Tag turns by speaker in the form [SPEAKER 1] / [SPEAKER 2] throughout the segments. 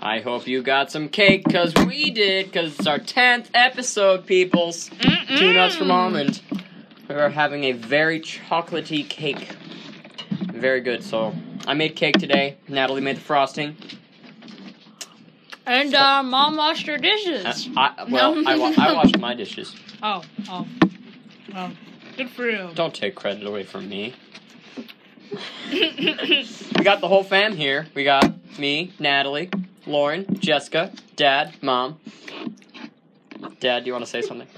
[SPEAKER 1] I hope you got some cake, cause we did, cause it's our 10th episode, peoples. Two nuts
[SPEAKER 2] Mm.
[SPEAKER 1] from almond. We are having a very chocolatey cake. Very good, so I made cake today. Natalie made the frosting.
[SPEAKER 2] And uh, mom washed her dishes.
[SPEAKER 1] Uh, I, well, I, wa- I washed my dishes.
[SPEAKER 2] oh, oh, well, good for you.
[SPEAKER 1] Don't take credit away from me. We got the whole fam here. We got me, Natalie, Lauren, Jessica, Dad, Mom. Dad, do you want to say something?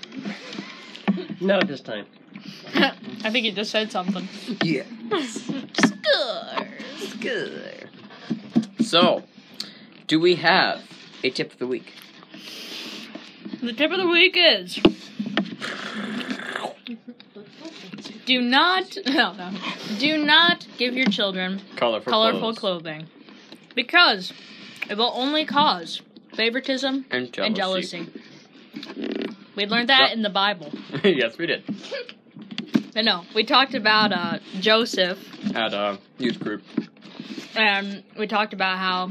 [SPEAKER 3] Not at this time.
[SPEAKER 2] I think he just said something.
[SPEAKER 1] Yeah.
[SPEAKER 2] Scores.
[SPEAKER 1] Good. So, do we have a tip of the week?
[SPEAKER 2] The tip of the week is. Do not no, no. Do not give your children
[SPEAKER 1] Colorful,
[SPEAKER 2] colorful clothing. Because it will only cause favoritism
[SPEAKER 1] and jealousy.
[SPEAKER 2] and jealousy. We learned that
[SPEAKER 1] Yep.
[SPEAKER 2] in the Bible.
[SPEAKER 1] yes, we did
[SPEAKER 2] I know. We talked about uh, Joseph
[SPEAKER 1] at uh, youth group.
[SPEAKER 2] And Um, we talked about how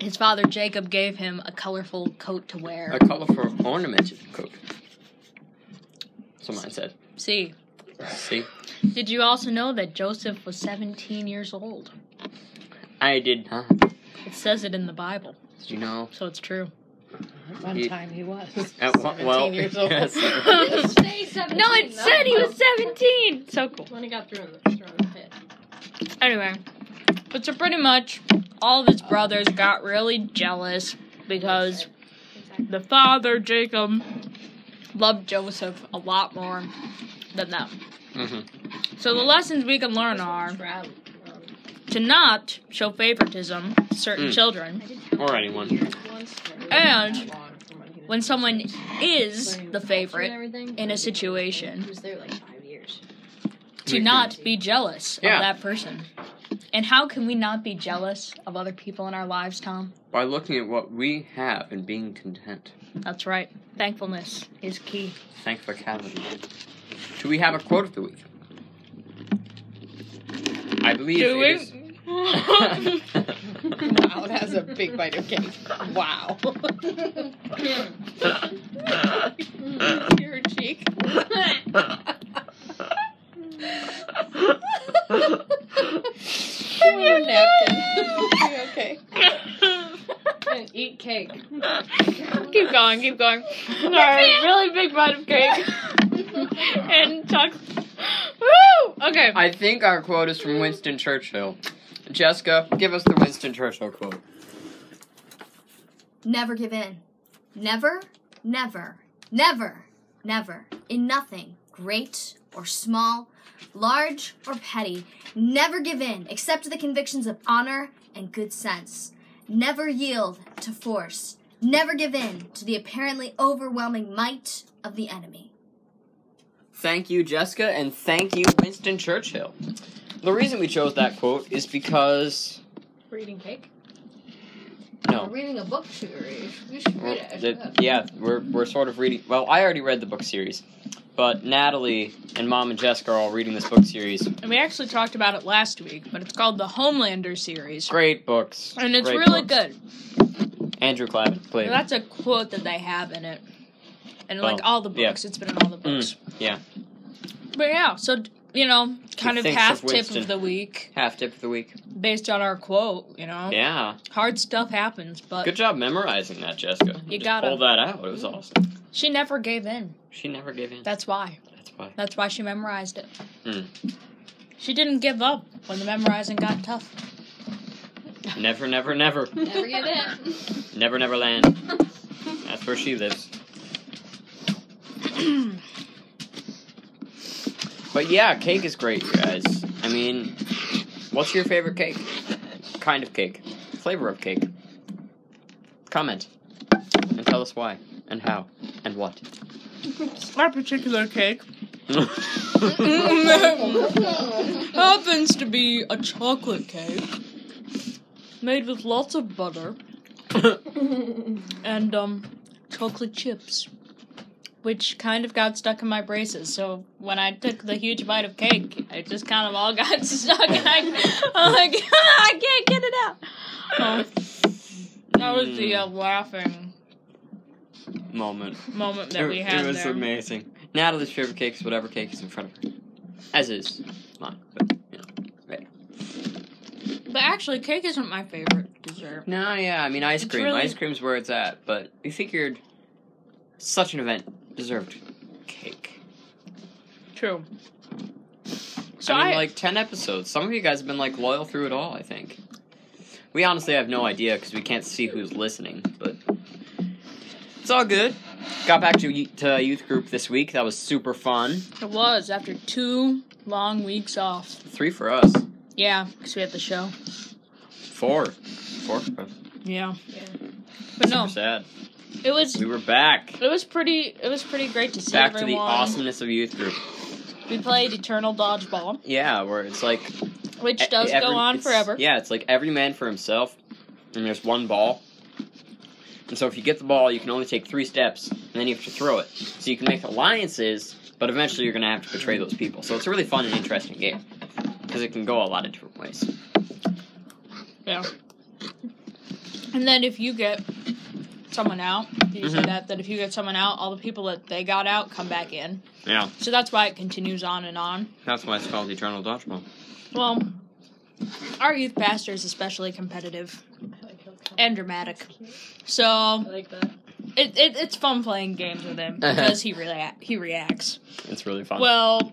[SPEAKER 2] his father Jacob gave him a colorful coat to wear.
[SPEAKER 1] A colorful ornamented coat. So mine said.
[SPEAKER 2] See,
[SPEAKER 1] See,
[SPEAKER 2] did you also know that Joseph was 17 years old?
[SPEAKER 1] I did not.
[SPEAKER 2] It says it in the Bible,
[SPEAKER 1] Did you know?
[SPEAKER 2] so it's true.
[SPEAKER 4] One
[SPEAKER 1] He-
[SPEAKER 4] time he was.
[SPEAKER 1] At one, well,
[SPEAKER 4] years old.
[SPEAKER 1] yes.
[SPEAKER 2] No, it said he was 17! So cool.
[SPEAKER 4] When he got through the thrown pit.
[SPEAKER 2] Anyway, but so pretty much all of his brothers got really jealous because the father, Jacob, loved Joseph a lot more than them.
[SPEAKER 1] Mhm.
[SPEAKER 2] So the lessons we can learn are
[SPEAKER 4] Proud.
[SPEAKER 2] to not show favoritism to certain
[SPEAKER 1] Mm.
[SPEAKER 2] children.
[SPEAKER 1] Or anyone.
[SPEAKER 2] And When someone is the favorite in a situation,
[SPEAKER 4] was there like five years.
[SPEAKER 2] to not be jealous
[SPEAKER 1] Yeah.
[SPEAKER 2] of that person. And how can we not be jealous of other people in our lives, Tom?
[SPEAKER 1] By looking at what we have and being content.
[SPEAKER 2] That's right. Thankfulness is key.
[SPEAKER 1] Thanks for cavity. Do we have a quote of the week? I believe it is-
[SPEAKER 4] Wow, that's a big bite of cake. Wow. Your cheek. Your napkin. You okay. And eat cake.
[SPEAKER 2] Keep going, keep going. Alright, really big bite of cake. and chocolate. Woo! Okay.
[SPEAKER 1] I think our quote is from Winston Churchill. Jessica, give us the Winston Churchill quote.
[SPEAKER 5] Never give in. Never, never, never, never. In nothing, great or small, large or petty, never give in except to the convictions of honor and good sense. Never yield to force. Never give in to the apparently overwhelming might of the enemy.
[SPEAKER 1] Thank you, Jessica, and thank you, Winston Churchill. The reason we chose that quote is because
[SPEAKER 4] We're eating cake?
[SPEAKER 1] no,
[SPEAKER 4] We're reading a book series. We should
[SPEAKER 1] Well,
[SPEAKER 4] read it.
[SPEAKER 1] the- yeah, we're we're sort of reading. Well, I already read the book series, but Natalie and Mom and Jessica are all reading this book series.
[SPEAKER 2] And we actually talked about it last week, but it's called the Homelander series.
[SPEAKER 1] Great books,
[SPEAKER 2] And it's
[SPEAKER 1] Great
[SPEAKER 2] really
[SPEAKER 1] books.
[SPEAKER 2] good.
[SPEAKER 1] Andrew Clavin, please.
[SPEAKER 2] That's a quote that they have in it. And like
[SPEAKER 1] Oh,
[SPEAKER 2] all the
[SPEAKER 1] yeah. Mm,
[SPEAKER 2] books. It's been in all the books.
[SPEAKER 1] yeah.
[SPEAKER 2] But yeah, so you know, kind of
[SPEAKER 1] thinks of
[SPEAKER 2] half tip
[SPEAKER 1] Winston.
[SPEAKER 2] of the week
[SPEAKER 1] Half tip of the week.
[SPEAKER 2] based on our quote, you know.
[SPEAKER 1] Yeah.
[SPEAKER 2] Hard stuff happens, but
[SPEAKER 1] Good job memorizing that, Jessica.
[SPEAKER 2] You
[SPEAKER 1] Just
[SPEAKER 2] gotta-
[SPEAKER 1] pull that out. It was awesome.
[SPEAKER 2] she never gave in.
[SPEAKER 1] She never gave in.
[SPEAKER 2] That's why.
[SPEAKER 1] That's why.
[SPEAKER 2] That's why she memorized it.
[SPEAKER 1] Hmm.
[SPEAKER 2] She didn't give up when the memorizing got tough.
[SPEAKER 1] Never, never, never,
[SPEAKER 4] Never give in.
[SPEAKER 1] never, never land. That's where she lives. But yeah, cake is great, you guys. I mean, what's your favorite cake? Kind of cake, flavor of cake. Comment and tell us why and how and what.
[SPEAKER 2] My particular cake
[SPEAKER 4] Whoa.
[SPEAKER 2] happens to be a chocolate cake made with lots of butter and um chocolate chips which kind of got stuck in my braces so when i took the huge bite of cake it just kind of all got stuck and I, i'm like i can't get it out um, Oh, That was the
[SPEAKER 1] Hmm.
[SPEAKER 2] uh, laughing
[SPEAKER 1] Mm, moment.
[SPEAKER 2] moment that we
[SPEAKER 1] it,
[SPEAKER 2] had
[SPEAKER 1] it was
[SPEAKER 2] there.
[SPEAKER 1] amazing. Natalie's favorite cake is whatever cake is in front of her, as is mine. But you know.
[SPEAKER 2] But actually, cake isn't my favorite dessert.
[SPEAKER 1] no, yeah, I mean ice
[SPEAKER 2] It's
[SPEAKER 1] cream.
[SPEAKER 2] really-
[SPEAKER 1] Ice cream's where it's at. But we figured such an event deserved cake.
[SPEAKER 2] True. So
[SPEAKER 1] I
[SPEAKER 2] I,
[SPEAKER 1] mean, like ten episodes. Some of you guys have been like loyal through it all. I think. We honestly have no idea because we can't see who's listening, but it's all good. Got back to y- to youth group this week. That was super fun.
[SPEAKER 2] it was after two long weeks off.
[SPEAKER 1] Three for us.
[SPEAKER 2] Yeah, because we had the show.
[SPEAKER 1] Four. Four for us.
[SPEAKER 2] Yeah.
[SPEAKER 4] Yeah.
[SPEAKER 2] But no,
[SPEAKER 1] Super sad.
[SPEAKER 2] it was
[SPEAKER 1] We were back.
[SPEAKER 2] it was pretty it was pretty great to see
[SPEAKER 1] Back to
[SPEAKER 2] everyone.
[SPEAKER 1] the awesomeness of youth group.
[SPEAKER 2] We played Eternal Dodgeball,
[SPEAKER 1] Yeah, where it's like
[SPEAKER 2] which does
[SPEAKER 1] E-, every-
[SPEAKER 2] go on
[SPEAKER 1] it's-
[SPEAKER 2] forever.
[SPEAKER 1] Yeah, it's like every man for himself, and there's one ball. And so if you get the ball, you can only take three steps, and then you have to throw it. So you can make alliances, but eventually you're gonna have to betray those people. So it's a really fun and interesting game because it can go a lot of different ways.
[SPEAKER 2] Yeah. And then if you get someone out, did you say
[SPEAKER 1] Mhm.
[SPEAKER 2] that? That if you get someone out, all the people that they got out come back in.
[SPEAKER 1] Yeah,
[SPEAKER 2] So that's why it continues on and on.
[SPEAKER 1] that's why it's called Eternal Dodgeball.
[SPEAKER 2] Well, our youth pastor is especially competitive
[SPEAKER 4] I like how calm-
[SPEAKER 2] and dramatic,
[SPEAKER 4] cute. I
[SPEAKER 2] so
[SPEAKER 4] like that.
[SPEAKER 2] it, it it's fun playing games with him
[SPEAKER 1] Uh-huh.
[SPEAKER 2] because he rea- he reacts.
[SPEAKER 1] It's really fun.
[SPEAKER 2] Well,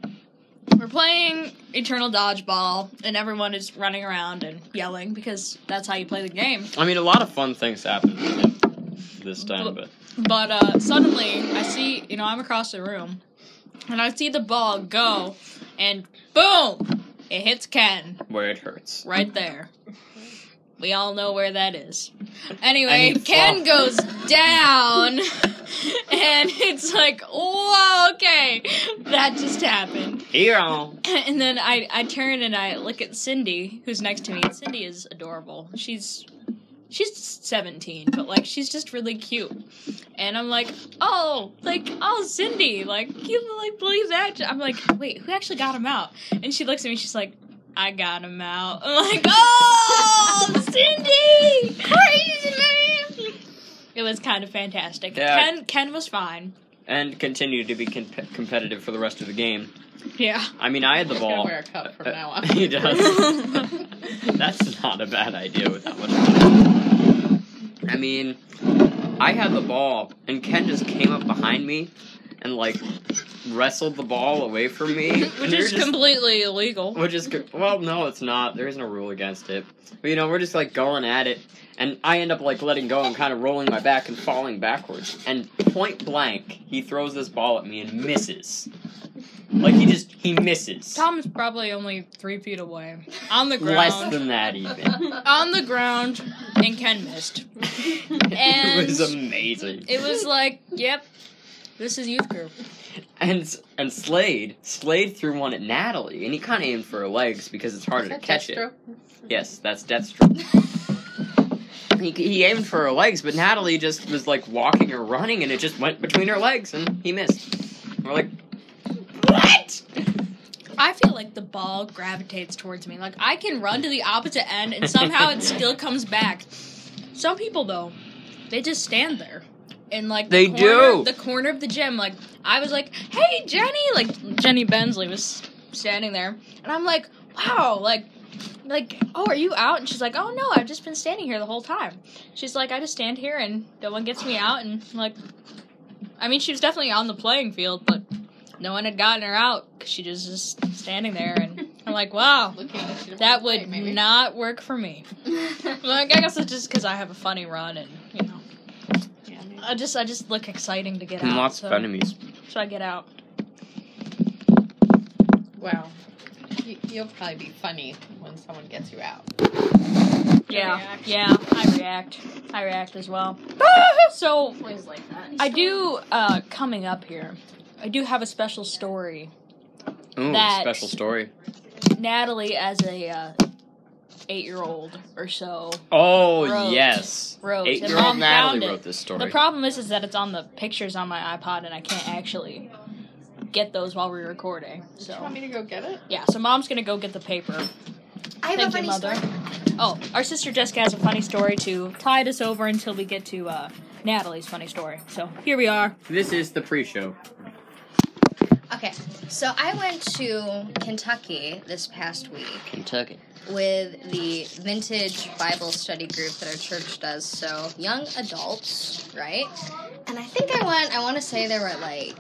[SPEAKER 2] we're playing Eternal Dodgeball, and everyone is running around and yelling because that's how you play the game.
[SPEAKER 1] I mean, a lot of fun things happened this
[SPEAKER 2] time,
[SPEAKER 1] time, but
[SPEAKER 2] But uh, suddenly, I see, you know, I'm across the room, and I see the ball go, and boom! It hits Ken
[SPEAKER 1] where it hurts.
[SPEAKER 2] right there. We all know where that is. Anyway,
[SPEAKER 1] And he
[SPEAKER 2] Ken
[SPEAKER 1] flopped.
[SPEAKER 2] goes down, and it's like, whoa, okay, that just happened.
[SPEAKER 1] Here,
[SPEAKER 2] And then I, I turn and I look at Cindy, who's next to me. And Cindy is adorable. She's she's 17, but like she's just really cute. And I'm like, oh, like oh, Cindy, like you like believe that? I'm like, wait, who actually got him out? And she looks at me. She's like, I got him out. I'm like, oh, Cindy, crazy man. It was kind of fantastic.
[SPEAKER 1] Yeah.
[SPEAKER 2] Ken Ken was fine.
[SPEAKER 1] and continued to be comp- competitive for the rest of the game.
[SPEAKER 2] Yeah.
[SPEAKER 1] I mean, I had the
[SPEAKER 4] I'm gonna
[SPEAKER 1] ball. Uh,
[SPEAKER 4] wear a cup from now on.
[SPEAKER 1] he does. That's not a bad idea with that much money. I mean, I had the ball, and Ken just came up behind me and, like, wrestled the ball away from me. And
[SPEAKER 2] Which
[SPEAKER 1] we were
[SPEAKER 2] is
[SPEAKER 1] just-
[SPEAKER 2] completely illegal.
[SPEAKER 1] Which is, co- well, no, it's not. There isn't a rule against it. But, you know, we're just, like, going at it, and I end up, like, letting go and kind of rolling my back and falling backwards. And point blank, he throws this ball at me and misses. Like, he just, he misses.
[SPEAKER 2] Tom's probably only three feet away. On the ground.
[SPEAKER 1] Less than that, even.
[SPEAKER 2] on the ground, and Ken missed. And
[SPEAKER 1] it was amazing.
[SPEAKER 2] like, yep, this is youth group.
[SPEAKER 1] And and Slade, Slade threw one at Natalie, and he kind of aimed for her legs because it's harder to catch it. Yes, that's Deathstroke. he he aimed for her legs, but Natalie just was like walking or running, and it just went between her legs, and he missed. We're like, what?
[SPEAKER 2] I feel like the ball gravitates towards me. Like, I can run to the opposite end, and somehow it still comes back. Some people, though, they just stand there. And like the
[SPEAKER 1] They
[SPEAKER 2] corner,
[SPEAKER 1] do.
[SPEAKER 2] the corner of the gym, like I was like, "Hey, Jenny!" Like Jenny Bensley was standing there, and I'm like, "Wow!" Like, like, "Oh, are you out?" And she's like, "Oh no, I've just been standing here the whole time." She's like, "I just stand here, and no one gets me out." And like, I mean, she was definitely on the playing field, but no one had gotten her out because she just was standing there. And I'm like, "Wow, that would not work for me." Like, I guess it's just because I have a funny run, and you know. I just I just look exciting to get out.
[SPEAKER 1] Mm, Lots
[SPEAKER 2] so,
[SPEAKER 1] of enemies.
[SPEAKER 2] so I get out.
[SPEAKER 4] Wow. You, you'll probably be funny when someone gets you out.
[SPEAKER 2] Yeah.
[SPEAKER 4] react.
[SPEAKER 2] Yeah, I react. I react as well. so
[SPEAKER 4] Always like that.
[SPEAKER 2] I do uh coming up here. I do have a special story.
[SPEAKER 1] Ooh,
[SPEAKER 2] That-
[SPEAKER 1] special story.
[SPEAKER 2] Natalie as a uh, 8-year-old or so.
[SPEAKER 1] Oh
[SPEAKER 2] Wrote.
[SPEAKER 1] yes,
[SPEAKER 2] Wrote. And
[SPEAKER 1] eight-year-old
[SPEAKER 2] Mom found
[SPEAKER 1] Natalie
[SPEAKER 2] it.
[SPEAKER 1] wrote this
[SPEAKER 2] The
[SPEAKER 1] story.
[SPEAKER 2] problem is is that it's on the pictures on my iPod and I can't actually get those while we're recording.
[SPEAKER 4] Do you
[SPEAKER 2] So
[SPEAKER 4] want me to go get it?
[SPEAKER 2] yeah, so mom's going to go get the paper.
[SPEAKER 5] I
[SPEAKER 2] Thank
[SPEAKER 5] have a funny
[SPEAKER 2] you, mother.
[SPEAKER 5] story.
[SPEAKER 2] Oh, our sister Jessica has a funny story to tide us over until we get to uh, Natalie's funny story. So here we are.
[SPEAKER 1] This is the pre-show.
[SPEAKER 5] Okay, so I went to Kentucky this past week
[SPEAKER 1] Kentucky.
[SPEAKER 5] with the vintage Bible study group that our church does. So young adults, right? And I think I went, I want to say there were like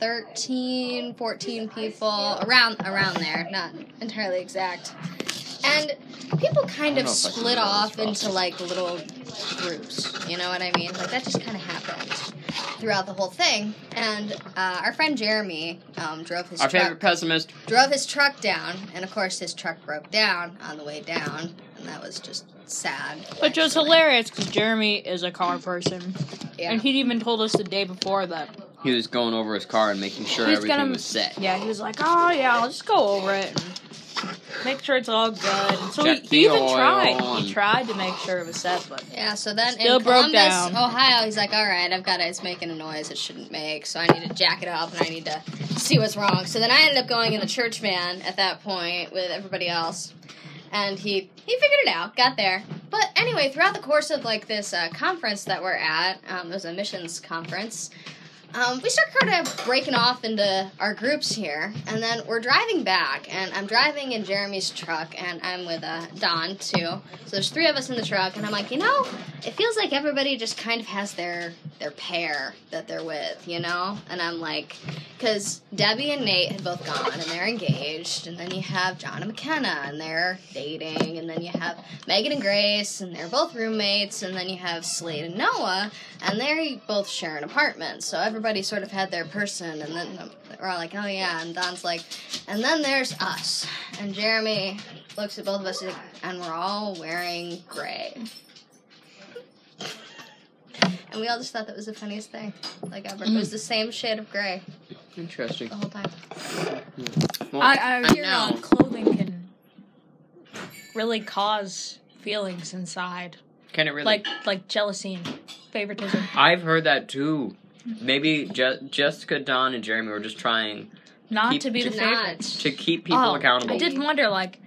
[SPEAKER 5] 13, 14 people around around there, not entirely exact. And people
[SPEAKER 1] I don't know
[SPEAKER 5] kind of
[SPEAKER 1] if I can
[SPEAKER 5] split
[SPEAKER 1] do all this
[SPEAKER 5] off into
[SPEAKER 1] process.
[SPEAKER 5] like little groups. You know what I mean? Like that just kind of happened throughout the whole thing. And uh, our friend Jeremy um, drove his
[SPEAKER 1] Our
[SPEAKER 5] truck
[SPEAKER 1] favorite pessimist.
[SPEAKER 5] drove his truck down, and of course his truck broke down on the way down, and that was just sad.
[SPEAKER 2] Which was
[SPEAKER 5] actually.
[SPEAKER 2] hilarious because Jeremy is a car person.
[SPEAKER 5] Yeah.
[SPEAKER 2] And he'd even told us the day before that
[SPEAKER 1] He was going over his car and making sure
[SPEAKER 2] He's
[SPEAKER 1] everything
[SPEAKER 2] gonna-
[SPEAKER 1] was set.
[SPEAKER 2] Yeah, he was like, "Oh yeah, I'll just go over it, and make sure it's all good." And so
[SPEAKER 1] Check
[SPEAKER 2] he, he
[SPEAKER 1] the
[SPEAKER 2] even
[SPEAKER 1] oil
[SPEAKER 2] tried.
[SPEAKER 1] and-
[SPEAKER 2] He tried to make sure it was set, but
[SPEAKER 5] yeah, so then
[SPEAKER 2] Still
[SPEAKER 5] in
[SPEAKER 2] broke
[SPEAKER 5] Columbus,
[SPEAKER 2] down.
[SPEAKER 5] Ohio, he's like, "All right, I've got it. It's making a noise it shouldn't make, so I need to jack it up and I need to see what's wrong." So then I ended up going in the church van at that point with everybody else, and he he figured it out, got there. But anyway, throughout the course of like this uh, conference that we're at, um, it was a missions conference. um, we start kind of breaking off into our groups here, and then we're driving back, and I'm driving in Jeremy's truck, and I'm with uh, Don too. So there's three of us in the truck, and I'm like, you know, it feels like everybody just kind of has their their pair that they're with, you know. And I'm like, because Debbie and Nate had both gone, and they're engaged, and then you have John and McKenna, and they're dating, and then you have Megan and Grace, and they're both roommates, and then you have Slade and Noah, and they both share an apartment, so everybody sort of had their person, and then um, we're all like, oh yeah, and Don's like, and then there's us, and Jeremy looks at both of us, and- and we're all wearing gray. And we all just thought that was the funniest thing, like ever. It was the same shade of gray
[SPEAKER 1] Interesting.
[SPEAKER 5] the whole time.
[SPEAKER 1] Well,
[SPEAKER 2] I, I
[SPEAKER 1] and
[SPEAKER 2] hear
[SPEAKER 1] now-
[SPEAKER 2] uh, clothing can really cause feelings inside,
[SPEAKER 1] Can it really?
[SPEAKER 2] like like jealousy and favoritism.
[SPEAKER 1] I've heard that too. Maybe Je- Jessica, Don, and Jeremy were just trying
[SPEAKER 2] Not
[SPEAKER 1] Keep-
[SPEAKER 2] to be the
[SPEAKER 5] Not.
[SPEAKER 2] favorite.
[SPEAKER 1] to keep people
[SPEAKER 2] Oh,
[SPEAKER 1] accountable.
[SPEAKER 2] I did wonder, like,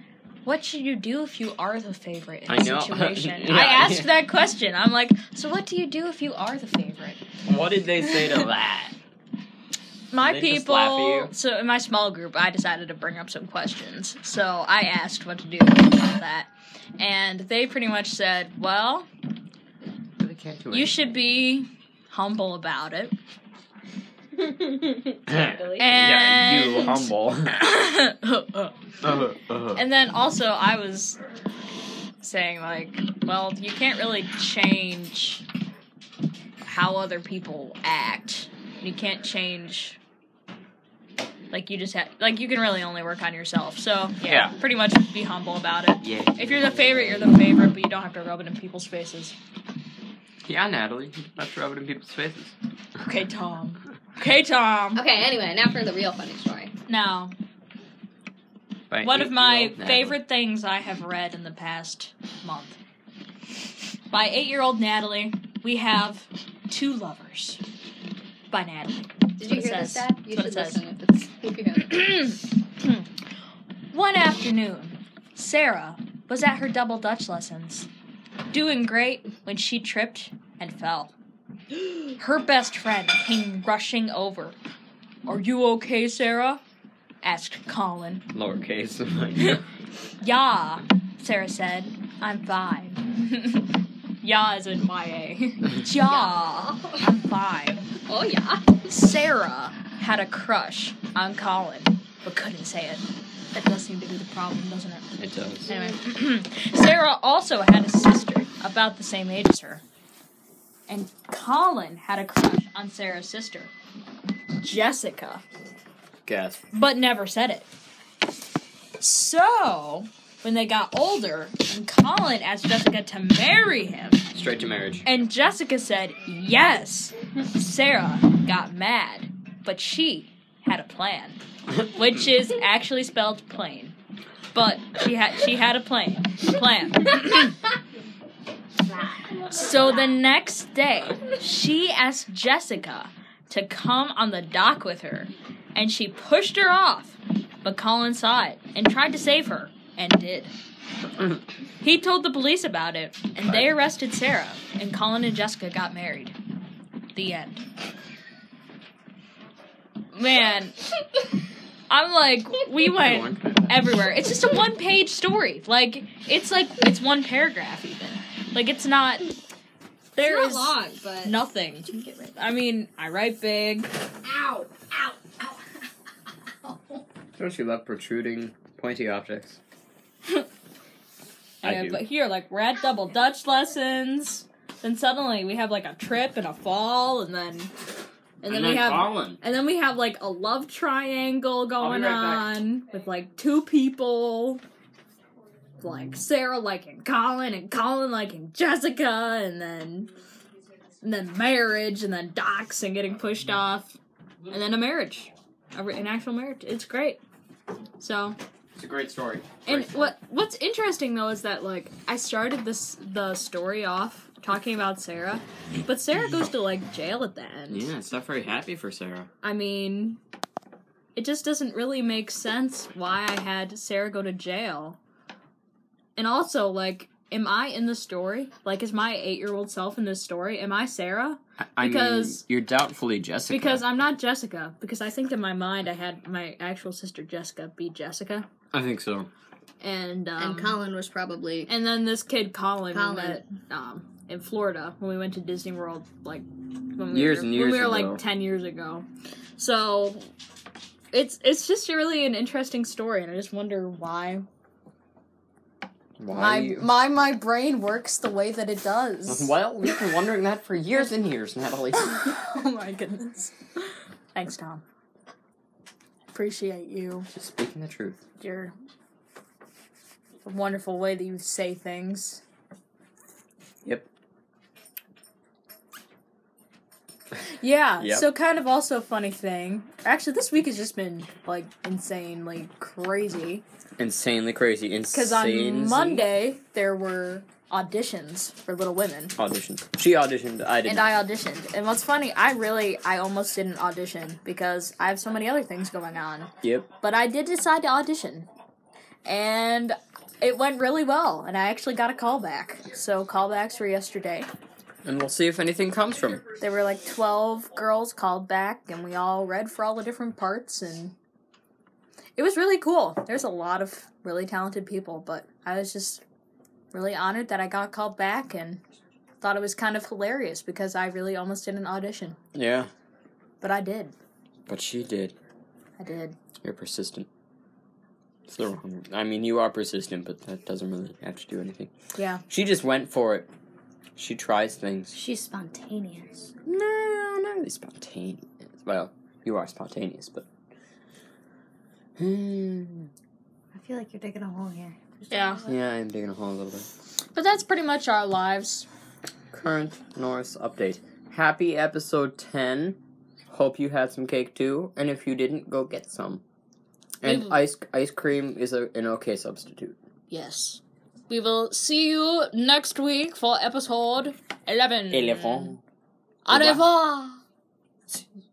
[SPEAKER 2] what should you do if you are the favorite in
[SPEAKER 1] I
[SPEAKER 2] a
[SPEAKER 1] know.
[SPEAKER 2] situation?
[SPEAKER 1] Yeah.
[SPEAKER 2] I asked that question. I'm like, so what do you do if you are the favorite?
[SPEAKER 1] What did they say to that?
[SPEAKER 2] My
[SPEAKER 1] They just laugh at
[SPEAKER 2] people.
[SPEAKER 1] you.
[SPEAKER 2] So in my small group, I decided to bring up some questions. So I asked what to do about that, and they pretty much said, "Well,
[SPEAKER 1] They can't do
[SPEAKER 2] you should be humble about it."
[SPEAKER 1] yeah,
[SPEAKER 2] And
[SPEAKER 1] you humble.
[SPEAKER 2] and then also I was saying like, well, you can't really change how other people act. You can't change like you just have like you can really only work on yourself. So
[SPEAKER 1] yeah.
[SPEAKER 2] pretty much be humble about it.
[SPEAKER 1] Yeah.
[SPEAKER 2] If you're the favorite, you're the favorite, but you don't have to rub it in people's faces.
[SPEAKER 1] Yeah, Natalie. Let's rub it in people's faces.
[SPEAKER 2] Okay, Tom. Okay, Tom.
[SPEAKER 5] Okay, anyway, now for the real funny story.
[SPEAKER 2] Now,
[SPEAKER 1] By
[SPEAKER 2] One of my
[SPEAKER 1] eight-year-old Natalie.
[SPEAKER 2] favorite things I have read in the past month. By eight year old Natalie, we have two lovers. By Natalie.
[SPEAKER 5] Did
[SPEAKER 2] That's what it
[SPEAKER 5] you hear
[SPEAKER 2] says.
[SPEAKER 5] this, Dad? You
[SPEAKER 2] That's
[SPEAKER 5] should
[SPEAKER 2] what it
[SPEAKER 5] listen if it's if you hear that.
[SPEAKER 2] One afternoon, Sarah was at her double Dutch lessons, doing great when she tripped and fell. Her best friend came rushing over. Are you okay, Sarah? asked Colin.
[SPEAKER 1] Lowercase.
[SPEAKER 2] Yeah, Sarah said. I'm fine. yeah is in YA. Yeah, I'm fine.
[SPEAKER 5] Oh yeah.
[SPEAKER 2] Sarah had a crush on Colin, but couldn't say it. That does seem to be the problem, doesn't it?
[SPEAKER 1] it does.
[SPEAKER 2] Anyway, Sarah also had a sister about the same age as her. And Colin had a crush on Sarah's sister, Jessica
[SPEAKER 1] Gasp.
[SPEAKER 2] but never said it. So, when they got older, and Colin asked Jessica to marry him,
[SPEAKER 1] Straight to marriage.
[SPEAKER 2] and Jessica said yes, Sarah got mad, but she had a plan, which is actually spelled plain. But she had she had a plan. Plan. so the next day, she asked Jessica to come on the dock with her, and she pushed her off. But Colin saw it and tried to save her, ended. He told the police about it, and they arrested Sarah, and Colin and Jessica got married. The end. Man, I'm like, we went everywhere. It's just a one page story. Like, it's like, it's one paragraph, even. Like, it's not. There
[SPEAKER 5] It's
[SPEAKER 2] is
[SPEAKER 5] not long, but
[SPEAKER 2] nothing.
[SPEAKER 5] You can get rid of it.
[SPEAKER 2] I mean, I write big.
[SPEAKER 5] Ow! Ow! Ow! Ow!
[SPEAKER 1] Don't you love protruding pointy objects? I
[SPEAKER 2] And-
[SPEAKER 1] do.
[SPEAKER 2] But here, like, we're at double Dutch lessons. Then suddenly we have like a trip and a fall, and then and then we have
[SPEAKER 1] Colin.
[SPEAKER 2] and then we have like a love triangle going
[SPEAKER 1] right back.
[SPEAKER 2] on with like two people, like Sarah liking Colin and Colin liking Jessica, and then and then marriage, and then docs and getting pushed off, and then a marriage, a, re- an actual marriage. It's great. So
[SPEAKER 1] It's a great story.
[SPEAKER 2] and what what's interesting though is that like I started this the story off talking about Sarah, but Sarah goes to like jail at the end.
[SPEAKER 1] Yeah, it's not very happy for Sarah.
[SPEAKER 2] I mean, it just doesn't really make sense why I had Sarah go to jail. And also, like, am I in the story? Like, is my eight year old self in this story? Am I Sarah?
[SPEAKER 1] I, I
[SPEAKER 2] Because-
[SPEAKER 1] mean, you're doubtfully Jessica.
[SPEAKER 2] Because I'm not Jessica. Because I think in my mind I had my actual sister Jessica be Jessica,
[SPEAKER 1] I think so.
[SPEAKER 2] and um,
[SPEAKER 5] And Colin was probably
[SPEAKER 2] And then this kid Colin, we
[SPEAKER 5] Colin.
[SPEAKER 2] met um, in Florida when we went to Disney World, like when we
[SPEAKER 1] Years
[SPEAKER 2] were,
[SPEAKER 1] and
[SPEAKER 2] when
[SPEAKER 1] years
[SPEAKER 2] we were
[SPEAKER 1] ago.
[SPEAKER 2] like ten years ago. So it's it's just really an interesting story, and I just wonder why
[SPEAKER 1] Why? you-
[SPEAKER 2] my my brain works the way that it does.
[SPEAKER 1] Well, we've been wondering that for years and years, Natalie.
[SPEAKER 2] oh my goodness! Thanks, Tom. Appreciate you.
[SPEAKER 1] Just speaking the truth.
[SPEAKER 2] Your wonderful way that you say things.
[SPEAKER 1] Yep.
[SPEAKER 2] Yeah.
[SPEAKER 1] Yep.
[SPEAKER 2] So kind of also a funny thing. Actually, this week has just been like insanely crazy.
[SPEAKER 1] Insanely crazy.
[SPEAKER 2] Because
[SPEAKER 1] Insane.
[SPEAKER 2] on Monday there were auditions for Little Women,
[SPEAKER 1] auditioned. She auditioned. I didn't.
[SPEAKER 2] and I auditioned. And what's funny, I really, I almost didn't audition because I have so many other things going on.
[SPEAKER 1] Yep.
[SPEAKER 2] But I did decide to audition, and it went really well. And I actually got a call back. So callbacks were yesterday.
[SPEAKER 1] And we'll see if anything comes from it.
[SPEAKER 2] There were like 12 girls called back, and we all read for all the different parts, and it was really cool. There's a lot of really talented people, but I was just really honored that I got called back and thought it was kind of hilarious because I really almost did an audition.
[SPEAKER 1] Yeah.
[SPEAKER 2] But I did.
[SPEAKER 1] But she did.
[SPEAKER 2] I did.
[SPEAKER 1] You're persistent. It's the wrong. I mean, you are persistent, but that doesn't really have to do anything.
[SPEAKER 2] Yeah.
[SPEAKER 1] She just went for it. She tries things.
[SPEAKER 5] she's spontaneous.
[SPEAKER 1] No, not really spontaneous. Well, you are spontaneous, but. Hmm.
[SPEAKER 5] I feel like you're digging a hole here.
[SPEAKER 2] Yeah.
[SPEAKER 1] Yeah, I'm digging a hole a little bit.
[SPEAKER 2] But that's pretty much our lives.
[SPEAKER 1] Current Norris update. Happy episode 10. Hope you had some cake too, and if you didn't, go get some. And
[SPEAKER 2] Maybe-
[SPEAKER 1] ice ice cream is a, an okay substitute.
[SPEAKER 2] Yes. We will see you next week for episode 11.
[SPEAKER 1] Elephant.
[SPEAKER 2] Au
[SPEAKER 1] Au
[SPEAKER 2] revoir.